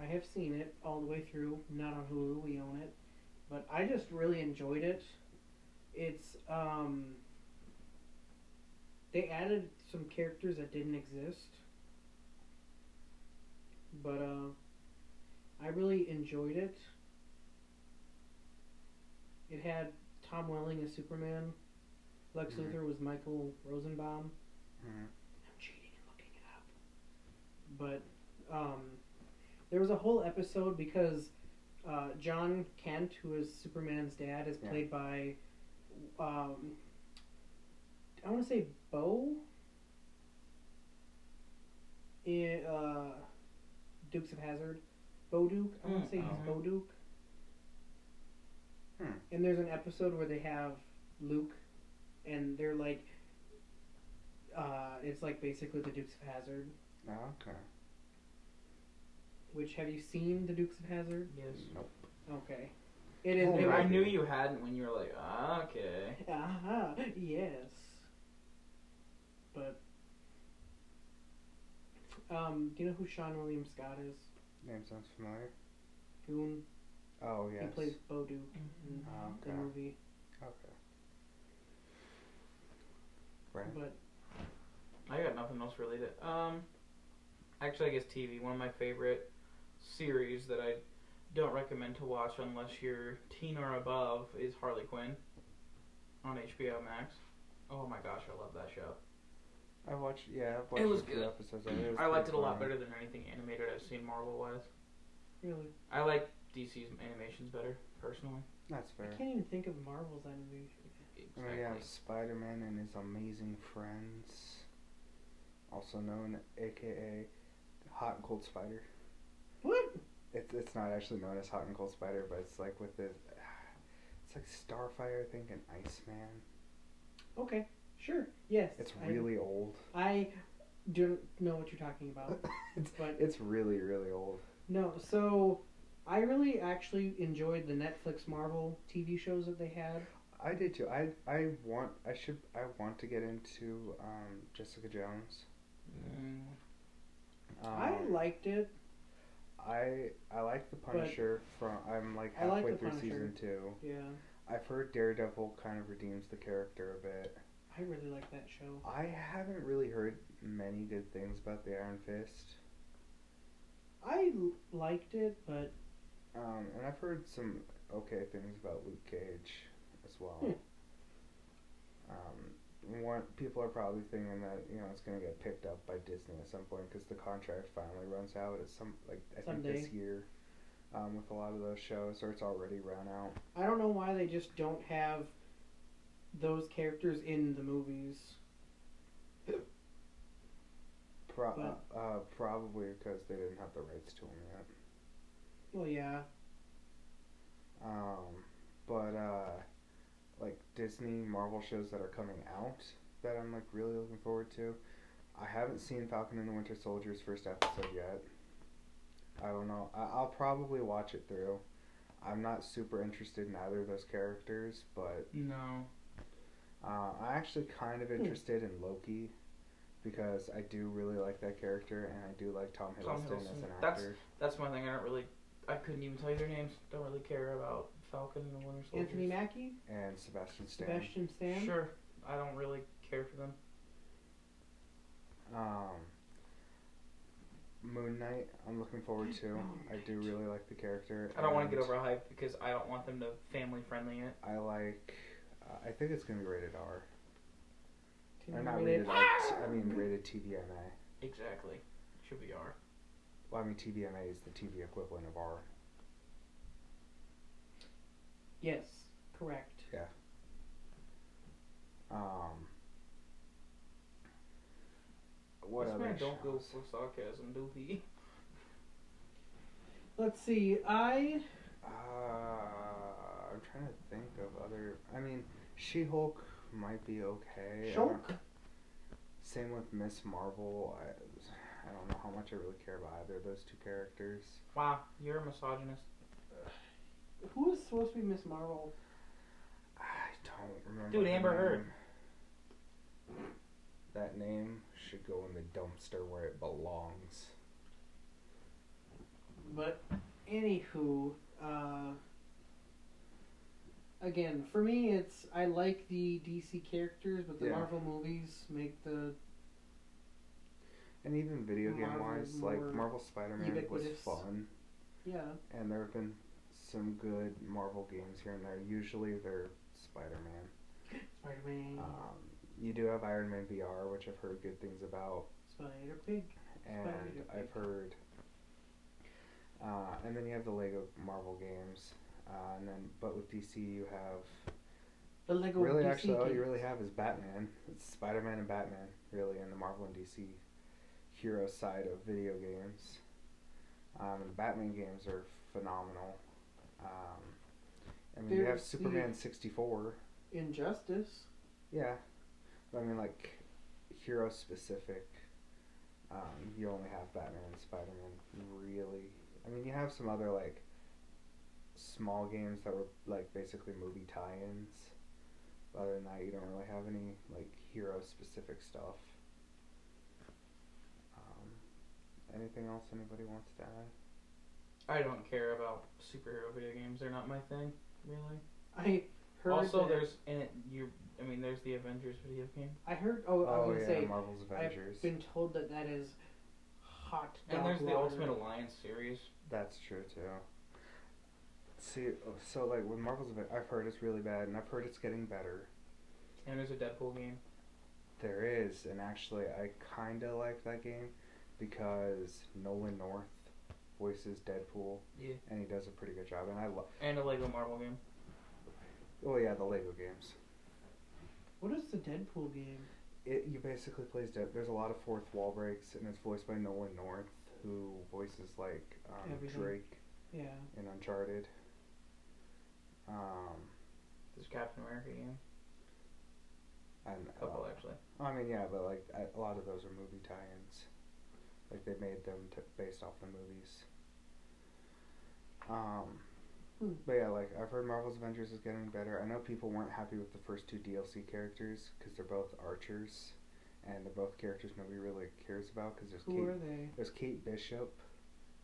S3: I have seen it all the way through. Not on Hulu. We own it. But I just really enjoyed it. It's um. They added some characters that didn't exist, but uh, I really enjoyed it. It had Tom Welling as Superman. Lex
S2: Mhm.
S3: Luthor was Michael Rosenbaum.
S2: Mhm.
S1: Mm-hmm.
S3: I'm cheating and looking it up. But um, there was a whole episode because uh, John Kent, who is Superman's dad, is
S2: Yeah.
S3: played by um, I want to say Bo in uh, Dukes of Hazard. Bo Duke. I want
S1: Mm,
S3: to say he's
S1: mhm.
S3: Bo Duke.
S2: Hmm.
S3: And there's an episode where they have Luke, and they're like, uh, it's like basically the Dukes of Hazard.
S2: Oh, okay.
S3: Which have you seen the Dukes of Hazard?
S1: Yes.
S2: Nope.
S3: Okay, it is.
S2: Oh,
S3: it
S2: right.
S1: I
S3: was-
S1: knew you hadn't when you were like, ah, okay.
S3: Aha, Uh-huh. yes. But um, do you know who Sean William Scott is?
S2: Name sounds familiar.
S3: Goon.
S2: Oh yes.
S3: He plays Bo Duke in
S1: Um,
S2: Oh,
S3: the
S2: okay.
S3: movie.
S2: Okay. Right.
S3: But
S1: I got nothing else related. Um, actually, I guess TV. One of my favorite series that I don't recommend to watch unless you're teen or above is Harley Quinn on HBO Max. Oh my gosh, I love that show.
S2: I watched. Yeah, I watched
S1: was
S2: a few
S1: good.
S2: episodes of it. It was
S1: I liked it
S2: pretty
S1: a lot
S2: funny.
S1: better than anything animated I've seen Marvel wise.
S3: really,
S1: I like DC's animations better, personally.
S2: That's fair.
S3: I can't even think of Marvel's animation.
S2: I mean, Oh, yeah, Spider Man and his amazing friends, also known AKA Hot and Cold Spider.
S3: What?
S2: It's it's not actually known as Hot and Cold Spider, but it's like with the, it's like Starfire, I think, and Iceman.
S3: Okay, sure. Yes.
S2: It's
S3: I-
S2: really old.
S3: I don't know what you're talking about.
S2: it's,
S3: But-
S2: it's really really old.
S3: No, so I really actually enjoyed the Netflix Marvel TV shows that they had.
S2: I did too. I I want I should I want to get into um, Jessica Jones.
S1: Mm,
S2: Um,
S3: I liked it.
S2: I I like the Punisher from I'm like
S3: I like
S2: halfway
S3: The
S2: through
S3: Punisher.
S2: season two.
S3: Yeah,
S2: I've heard Daredevil kind of redeems the character a bit.
S3: I really liked that show.
S2: I haven't really heard many good things about the Iron Fist.
S3: I l- liked it, but
S2: Um, and I've heard some okay things about Luke Cage as well. um, one people are probably thinking that you know it's going to get picked up by Disney at some point because the contract finally runs out at some like I think this year. Um, with a lot of those shows, or it's already run out.
S3: I don't know why they just don't have those characters in the movies.
S2: Pro-
S3: But-
S2: uh, probably because they didn't have the rights to them yet.
S3: Well, yeah,
S2: Um, but uh, like Disney Marvel shows that are coming out that I'm like really looking forward to. I haven't seen Falcon and the Winter Soldier's first episode yet. I don't know. I- I'll probably watch it through. I'm not super interested in either of those characters, but
S1: no.
S2: uh, I'm actually kind of interested in Loki because I do really like that character and I do like Tom
S1: Tom
S2: Hiddleston, as
S1: Hiddleston.
S2: an
S1: That's-
S2: actor.
S1: That's one thing I don't really. I couldn't even tell you their names. Don't really care about Falcon and the Winter Soldier.
S3: Anthony Mackie,
S2: And Sebastian Stan.
S3: Sebastian Stan.
S1: Sure. I don't really care for them.
S2: Um, Moon Knight, I'm looking forward to.
S3: Moon
S2: I do
S3: Knight.
S2: really like the character.
S1: I don't want to
S2: and
S1: get overhyped because I don't want them to family friendly it.
S2: I like. Uh, I think it's gonna be rated R.
S3: Can
S2: Or
S3: you
S2: not
S3: read
S2: rated
S3: it?
S2: R. I mean rated TVMA.
S1: Exactly. Should be R.
S2: Well, I mean TVMA is the TV equivalent of R.
S3: Yes, correct.
S2: Um. What
S1: That's
S2: other
S1: why I don't go
S2: shows?
S1: for sarcasm, do we?
S3: Let's see. I
S2: Uh, I'm trying to think of other. I mean, She Hulk might be okay. Uh, I don't-
S3: Shulk.
S2: Same with Miss Marvel. I, I don't know how much I really care about either of those two characters.
S1: Wow, you're a misogynist.
S3: Who is supposed to be Miss Marvel?
S2: I don't remember.
S1: Dude,
S2: her
S1: Amber Heard.
S2: name. That name should go in the dumpster where it belongs.
S3: But anywho, uh, again, for me, it's I like the DC characters, but the
S2: Yeah.
S3: Marvel movies make the
S2: And even video game
S3: Marvel
S2: wise, like
S3: more
S2: Marvel Spider Man was
S3: ubiquitous.
S2: fun.
S3: yeah.
S2: And there have been some good Marvel games here and there. Usually they're Spider Man.
S3: Spider
S1: Mm-hmm.
S3: Man,
S2: Um, you do have Iron Man VR, which I've heard good things about.
S3: Spider Pig.
S2: and
S3: Spider-Man.
S2: I've heard. Uh, and then you have the Lego Marvel games, uh, and then but with DC you have
S3: The Lego
S2: really
S3: DC
S2: actually all you
S3: games.
S2: really have is Batman. It's Spider Man and Batman really, and the Marvel and DC hero side of video games. Um, and the Batman games are phenomenal. Um, I mean you have
S3: There's the-
S2: Superman sixty four.
S3: Injustice.
S2: Yeah, but I mean like hero specific. Um, you only have Batman and Spider Man. Really, I mean you have some other like small games that were like basically movie tie-ins. But Other than that, you don't really have any like hero specific stuff. Um, anything else anybody wants to add?
S1: I don't care about superhero video games. They're not my thing, really.
S3: I heard.
S1: also,
S3: that-
S1: there's and it, you. I mean, there's the Avengers video game,
S3: I heard. Oh, I
S2: Oh
S3: was
S2: yeah,
S3: gonna say.
S2: Marvel's Avengers.
S3: I've been told that that is hot.
S1: and
S3: dog
S1: there's the
S3: water.
S1: Ultimate Alliance series.
S2: That's true too. See, oh, so like with Marvel's, Aven- I've heard it's really bad, and I've heard it's getting better.
S1: And there's a Deadpool game.
S2: There is, and actually, I kind of like that game because Nolan North voices Deadpool,
S1: Yeah.
S2: and he does a pretty good job. And I love,
S1: And a Lego Marvel game.
S2: oh yeah, the Lego games.
S3: What is the Deadpool game?
S2: It you basically plays Dead. There's a lot of fourth wall breaks, and it's voiced by Nolan North, who voices like um,
S3: Everything.
S2: Drake
S3: Yeah.
S2: in Uncharted. Um,
S1: There's a Captain America game.
S2: and
S1: A
S2: uh,
S1: couple actually.
S2: I mean, yeah, but like a- a lot of those are movie tie-ins. Like they made them t- based off the movies. Um,
S3: Hmm.
S2: but yeah, like I've heard Marvel's Avengers is getting better. I know people weren't happy with the first two DLC characters because they're both archers, and they're both characters nobody really cares about because there's
S3: Who
S2: Kate,
S3: are they?
S2: there's Kate Bishop,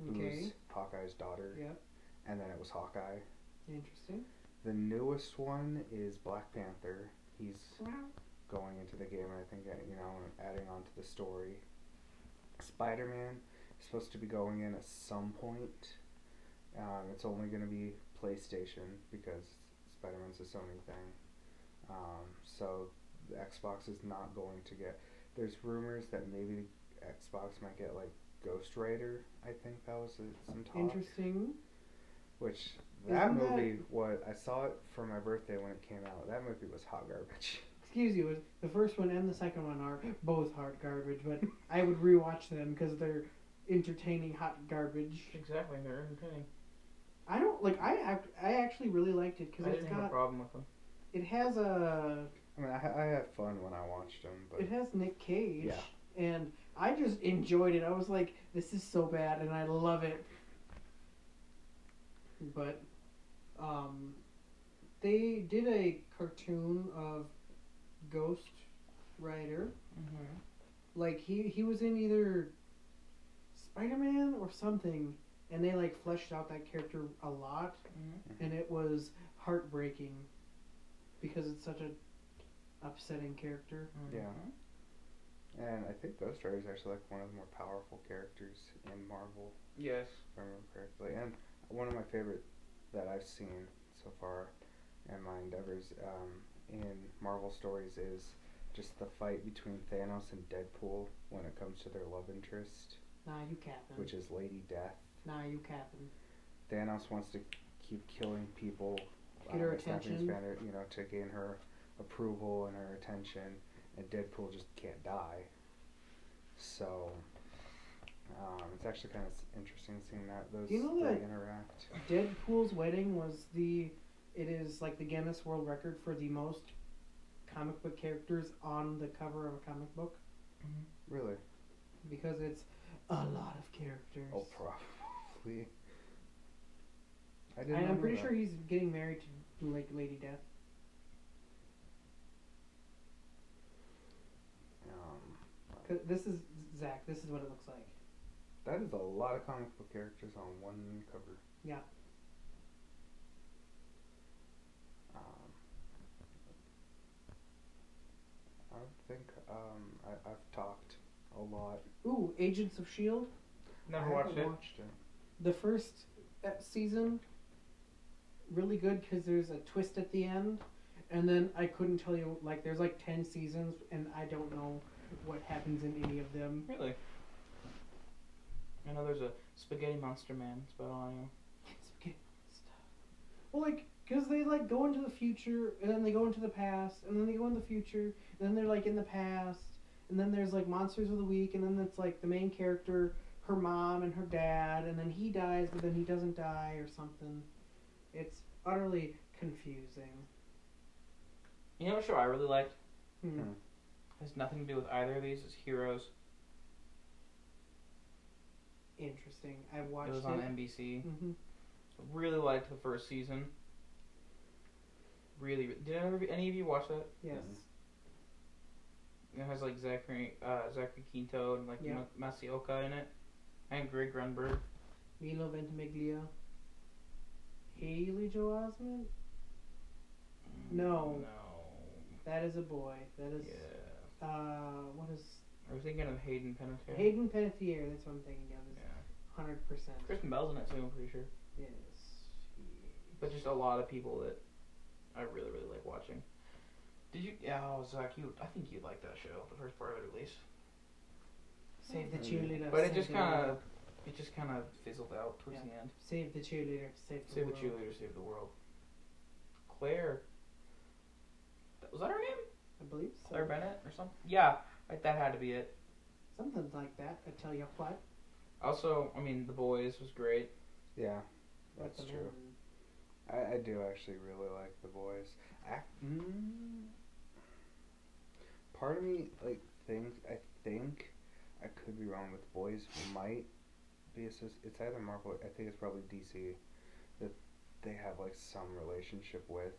S3: Okay.
S2: who's Hawkeye's daughter,
S3: Yep.
S2: and then it was Hawkeye.
S3: Interesting.
S2: The newest one is Black Panther. He's going into the game, and I think that, you know, adding on to the story. Spider Man is supposed to be going in at some point. Um, it's only going to be PlayStation because Spider Man's a Sony thing. Um, so the Xbox is not going to get. There's rumors that maybe Xbox might get like Ghost Rider. I think that was uh, some talk.
S3: Interesting.
S2: Which that
S3: Isn't that-
S2: movie was. I saw it for my birthday when it came out. That movie was hot garbage.
S3: Excuse you. The first one and the second one are both hot garbage, but I would rewatch them because they're entertaining hot garbage.
S1: Exactly, they're entertaining.
S3: I don't like. I act, I actually really liked it
S1: I
S3: because it's
S1: didn't have a
S3: got.
S1: problem with them.
S3: It has a.
S2: I mean, I, I had fun when I watched them, but
S3: It has Nick Cage.
S2: Yeah.
S3: And I just enjoyed it. I was like, this is so bad, and I love it. But, um, they did a cartoon of Ghost Rider.
S1: Mm-hmm.
S3: Like he he was in either Spider Man or something, and they like fleshed out that character a lot
S1: Mm-hmm.
S3: and it was heartbreaking because it's such an upsetting character.
S2: Yeah. and I think Ghost Rider is actually like one of the more powerful characters in Marvel,
S1: Yes.
S2: if I remember correctly. And one of my favorite that I've seen so far in my endeavors um, in Marvel stories is just the fight between Thanos and Deadpool when it comes to their love interest,
S3: Nah, you capping.
S2: which is Lady Death.
S3: nah, you capping.
S2: Thanos wants to keep killing people,
S3: Get her
S2: by snapping his
S3: attention.
S2: banner, you know, to gain her approval and her attention, and Deadpool just can't die. So, um, it's actually kind of interesting seeing that those
S3: Do you know
S2: three
S3: that-
S2: interact.
S3: Deadpool's wedding was the. It is like the Guinness World Record for the most comic book characters on the cover of a comic book
S2: Really,
S3: because it's a lot of characters.
S2: oh, probably. I didn't.
S3: and I'm
S2: remember
S3: pretty
S2: that.
S3: sure he's getting married to like Lady Death.
S2: Um,
S3: 'Cause This is Zach. This is what it looks like.
S2: that is a lot of comic book characters on one cover.
S3: Yeah.
S2: Um, think um, I, I've talked a lot.
S3: Ooh, Agents of Shield.
S1: Never
S2: I
S1: watched
S2: haven't
S1: it.
S2: Watched it.
S3: The first uh, season, really good because there's a twist at the end, and then I couldn't tell you like there's like ten seasons, and I don't know what happens in any of them.
S1: Really? I know there's a spaghetti monster man. That's about all I know.
S3: Spaghetti stuff. Well, like, because they, like, go into the future, and then they go into the past, and then they go in the future, and then they're, like, in the past, and then there's, like, Monsters of the Week, and then it's, like, the main character, her mom and her dad, and then he dies, but then he doesn't die or something. It's utterly confusing.
S1: You know what show I really liked?
S3: Hmm.
S2: Hmm.
S1: Has nothing to do with either of these. It's Heroes.
S3: Interesting. I watched
S1: it was on NBC.
S3: hmm
S1: Really liked the first season. Really, did ever, any of you watch that?
S3: Yes.
S1: It has like Zachary, uh, Zachary Quinto and like
S3: Yeah.
S1: Ma- Masioka in it, and Greg Grunberg. Mm-hmm.
S3: Milo Ventimiglia. Haley Joel Osment? No.
S1: No.
S3: That is a boy. That is,
S1: Yeah.
S3: uh, what is
S1: I was thinking of Hayden Panettiere.
S3: Hayden Panettiere, that's what I'm thinking of.
S1: Yeah.
S3: Is hundred percent.
S1: Kristen Bell's in it too. I'm pretty sure.
S3: Yes.
S1: But just a lot of people that I really really like watching. Did you? Yeah, oh, Zach, you. I think you'd like that show. The first part of it, at least.
S3: Save the
S2: Mm.
S3: cheerleader.
S1: Mm-hmm. But it
S3: save
S1: just
S3: the
S1: kind of,
S3: world.
S1: it just kind of fizzled out towards
S3: Yeah.
S1: the end.
S3: save the cheerleader. Save the
S1: Save the
S3: world.
S1: cheerleader, save the world. Claire. That- Was that her name?
S3: I believe so.
S1: Claire Bennett or something? Yeah, like that had to be it.
S3: Something like that. I tell you what.
S1: Also, I mean, The Boys was great.
S2: Yeah, that's
S3: recommend.
S2: true. I, I do actually really like the boys. I, mm, part of me like thinks I think I could be wrong with boys might be associ- it's either Marvel I think it's probably DC that they have like some relationship with.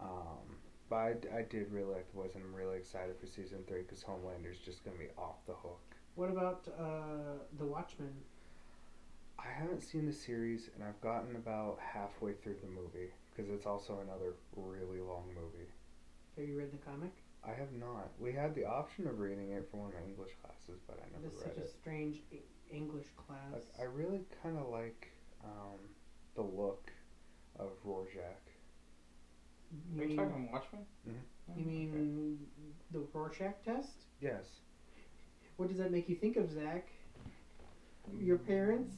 S2: Um, but I, d- I did really like the boys and I'm really excited for season three because Homelander's just gonna be off the hook.
S3: What about uh, the Watchmen?
S2: I haven't seen the series, and I've gotten about halfway through the movie because it's also another really long movie.
S3: Have you read the comic?
S2: I have not. We had the option of reading it for one of my English classes, but I
S3: It
S2: never
S3: is such
S2: read
S3: a
S2: it.
S3: strange e- English class.
S2: Like, I really kind of like um, the look of Rorschach.
S1: Are
S3: you
S1: you
S3: mean,
S1: talking about Watchmen?
S2: Mhm.
S1: Oh,
S3: you mean the Rorschach test?
S2: Yes.
S3: What does that make you think of, Zach? Your parents?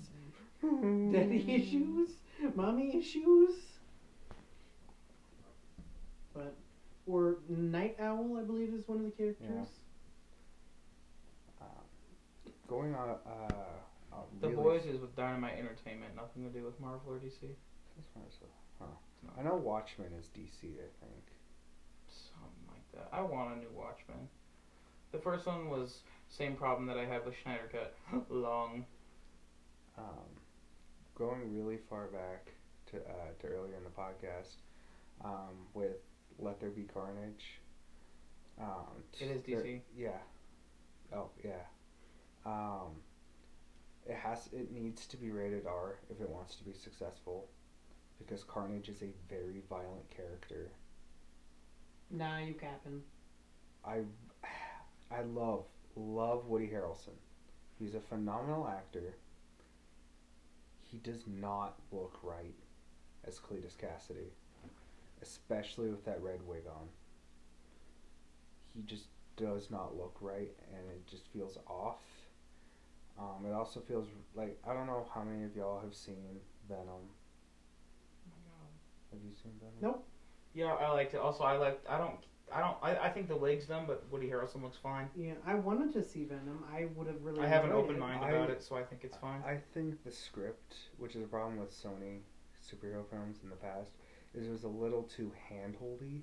S1: Mm-hmm.
S3: daddy
S2: Daddy
S3: issues, mommy issues. But or Night Owl, I believe, is one of the characters.
S2: Um, going on. Uh, on
S1: The
S2: really-
S1: Boys is with Dynamite Entertainment, nothing to do with Marvel or DC.
S2: That's what I saw. Huh. I know Watchmen is DC. I think.
S1: Something like that. I want a new Watchmen. The first one was same problem that I have with Schneider Cut. Long.
S2: um, going really far back to uh, to earlier in the podcast um, with "Let There Be Carnage." Um,
S1: It is
S2: there-
S1: DC.
S2: Yeah. Oh yeah. Um, it has it needs to be rated R if it wants to be successful, because Carnage is a very violent character.
S3: Nah, you capping.
S2: I I love love Woody Harrelson. He's a phenomenal actor. He does not look right as Cletus Cassidy, especially with that red wig on. He just does not look right, and it just feels off. Um, it also feels like I don't know how many of y'all have seen Venom. Have you seen Venom?
S3: Nope.
S1: Yeah, I liked it. Also, I liked. I don't. I don't. I, I think the wig's done, but Woody Harrelson looks fine.
S3: Yeah, I wanted to see Venom. I would have really.
S1: I have an
S3: enjoyed
S1: open
S3: it.
S1: mind
S2: I-
S1: about it, so I think it's fine.
S2: I think the script, which is a problem with Sony superhero films in the past, is it was a little too handholdy.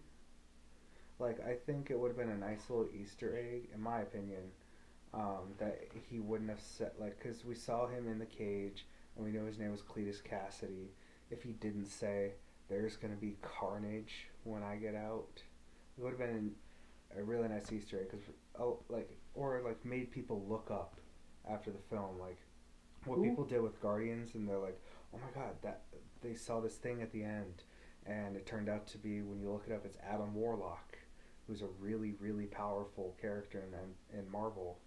S2: Like I think it would have been a nice little Easter egg, in my opinion, um, that he wouldn't have set like because we saw him in the cage and we know his name was Cletus Cassidy. If he didn't say there's gonna be carnage when I get out, it would have been a really nice Easter egg because oh like or like made people look up after the film like what
S3: Ooh.
S2: people did with Guardians and they're like oh my god that they saw this thing at the end and it turned out to be when you look it up it's Adam Warlock who's a really really powerful character in in Marvel,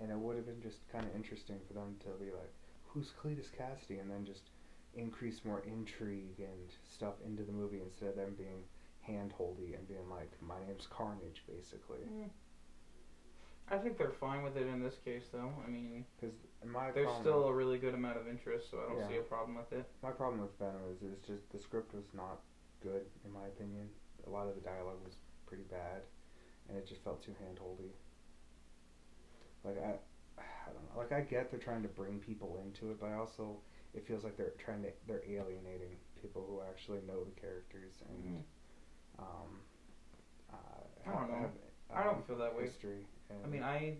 S2: and it would have been just kind of interesting for them to be like, who's Cletus Cassidy, and then just increase more intrigue and stuff into the movie instead of them being hand holdy and being like, my name's Carnage, basically.
S1: I think they're fine with it in this case, though. I mean,
S2: Because my
S1: there's
S2: problem,
S1: still a really good amount of interest, so I don't
S2: Yeah.
S1: see a problem with it.
S2: my problem with Venom is it's just the script was not good in my opinion. A lot of the dialogue was pretty bad, and it just felt too hand holdy. Like I, I don't know. Like I get they're trying to bring people into it, but I also it feels like they're trying to they're alienating people who actually know the characters and um. Uh,
S1: Mm-hmm. I don't know. I
S2: um,
S1: don't feel that way.
S2: History. And
S1: I mean, I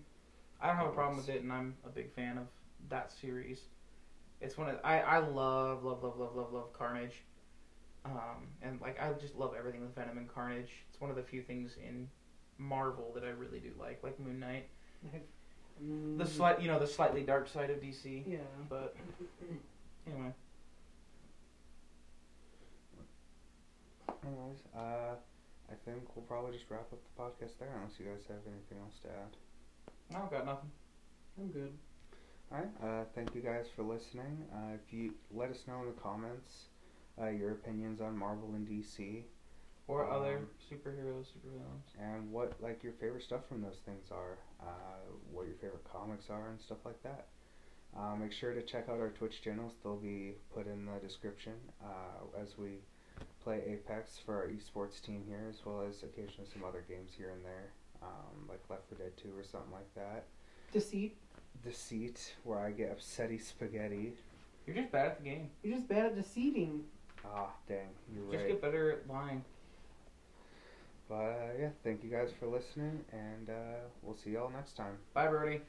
S1: I don't have a problem
S2: Yes.
S1: with it, and I'm a big fan of that series. It's one of I I love love love love love love Carnage, um, and like I just love everything with Venom and Carnage. It's one of the few things in Marvel that I really do like, like Moon Knight.
S3: Mm,
S1: The slight you know the slightly dark side of DC,
S3: Yeah.
S1: but anyway,
S2: Anyways, uh, I think we'll probably just wrap up the podcast there unless you guys have anything else to add.
S1: I've got nothing.
S3: I'm good.
S2: All right. Uh, thank you guys for listening. Uh, if you let us know in the comments uh, your opinions on Marvel and DC
S1: Or other
S2: Um,
S1: superheroes, supervillains.
S2: and what like your favorite stuff from those things are, uh, what your favorite comics are and stuff like that. Uh, make sure to check out our Twitch channels. They'll be put in the description uh, as we play Apex for our esports team here, as well as occasionally some other games here and there, um, like Left 4 Dead 2 or something like that.
S3: Deceit.
S2: Deceit, where I get upsetty spaghetti.
S1: You're just bad at the game.
S3: You're just bad at deceiving.
S2: Ah, dang, you're right.
S1: Just get better at lying.
S2: But uh, yeah, thank you guys for listening, and uh, we'll see y'all next time.
S1: Bye, Brody.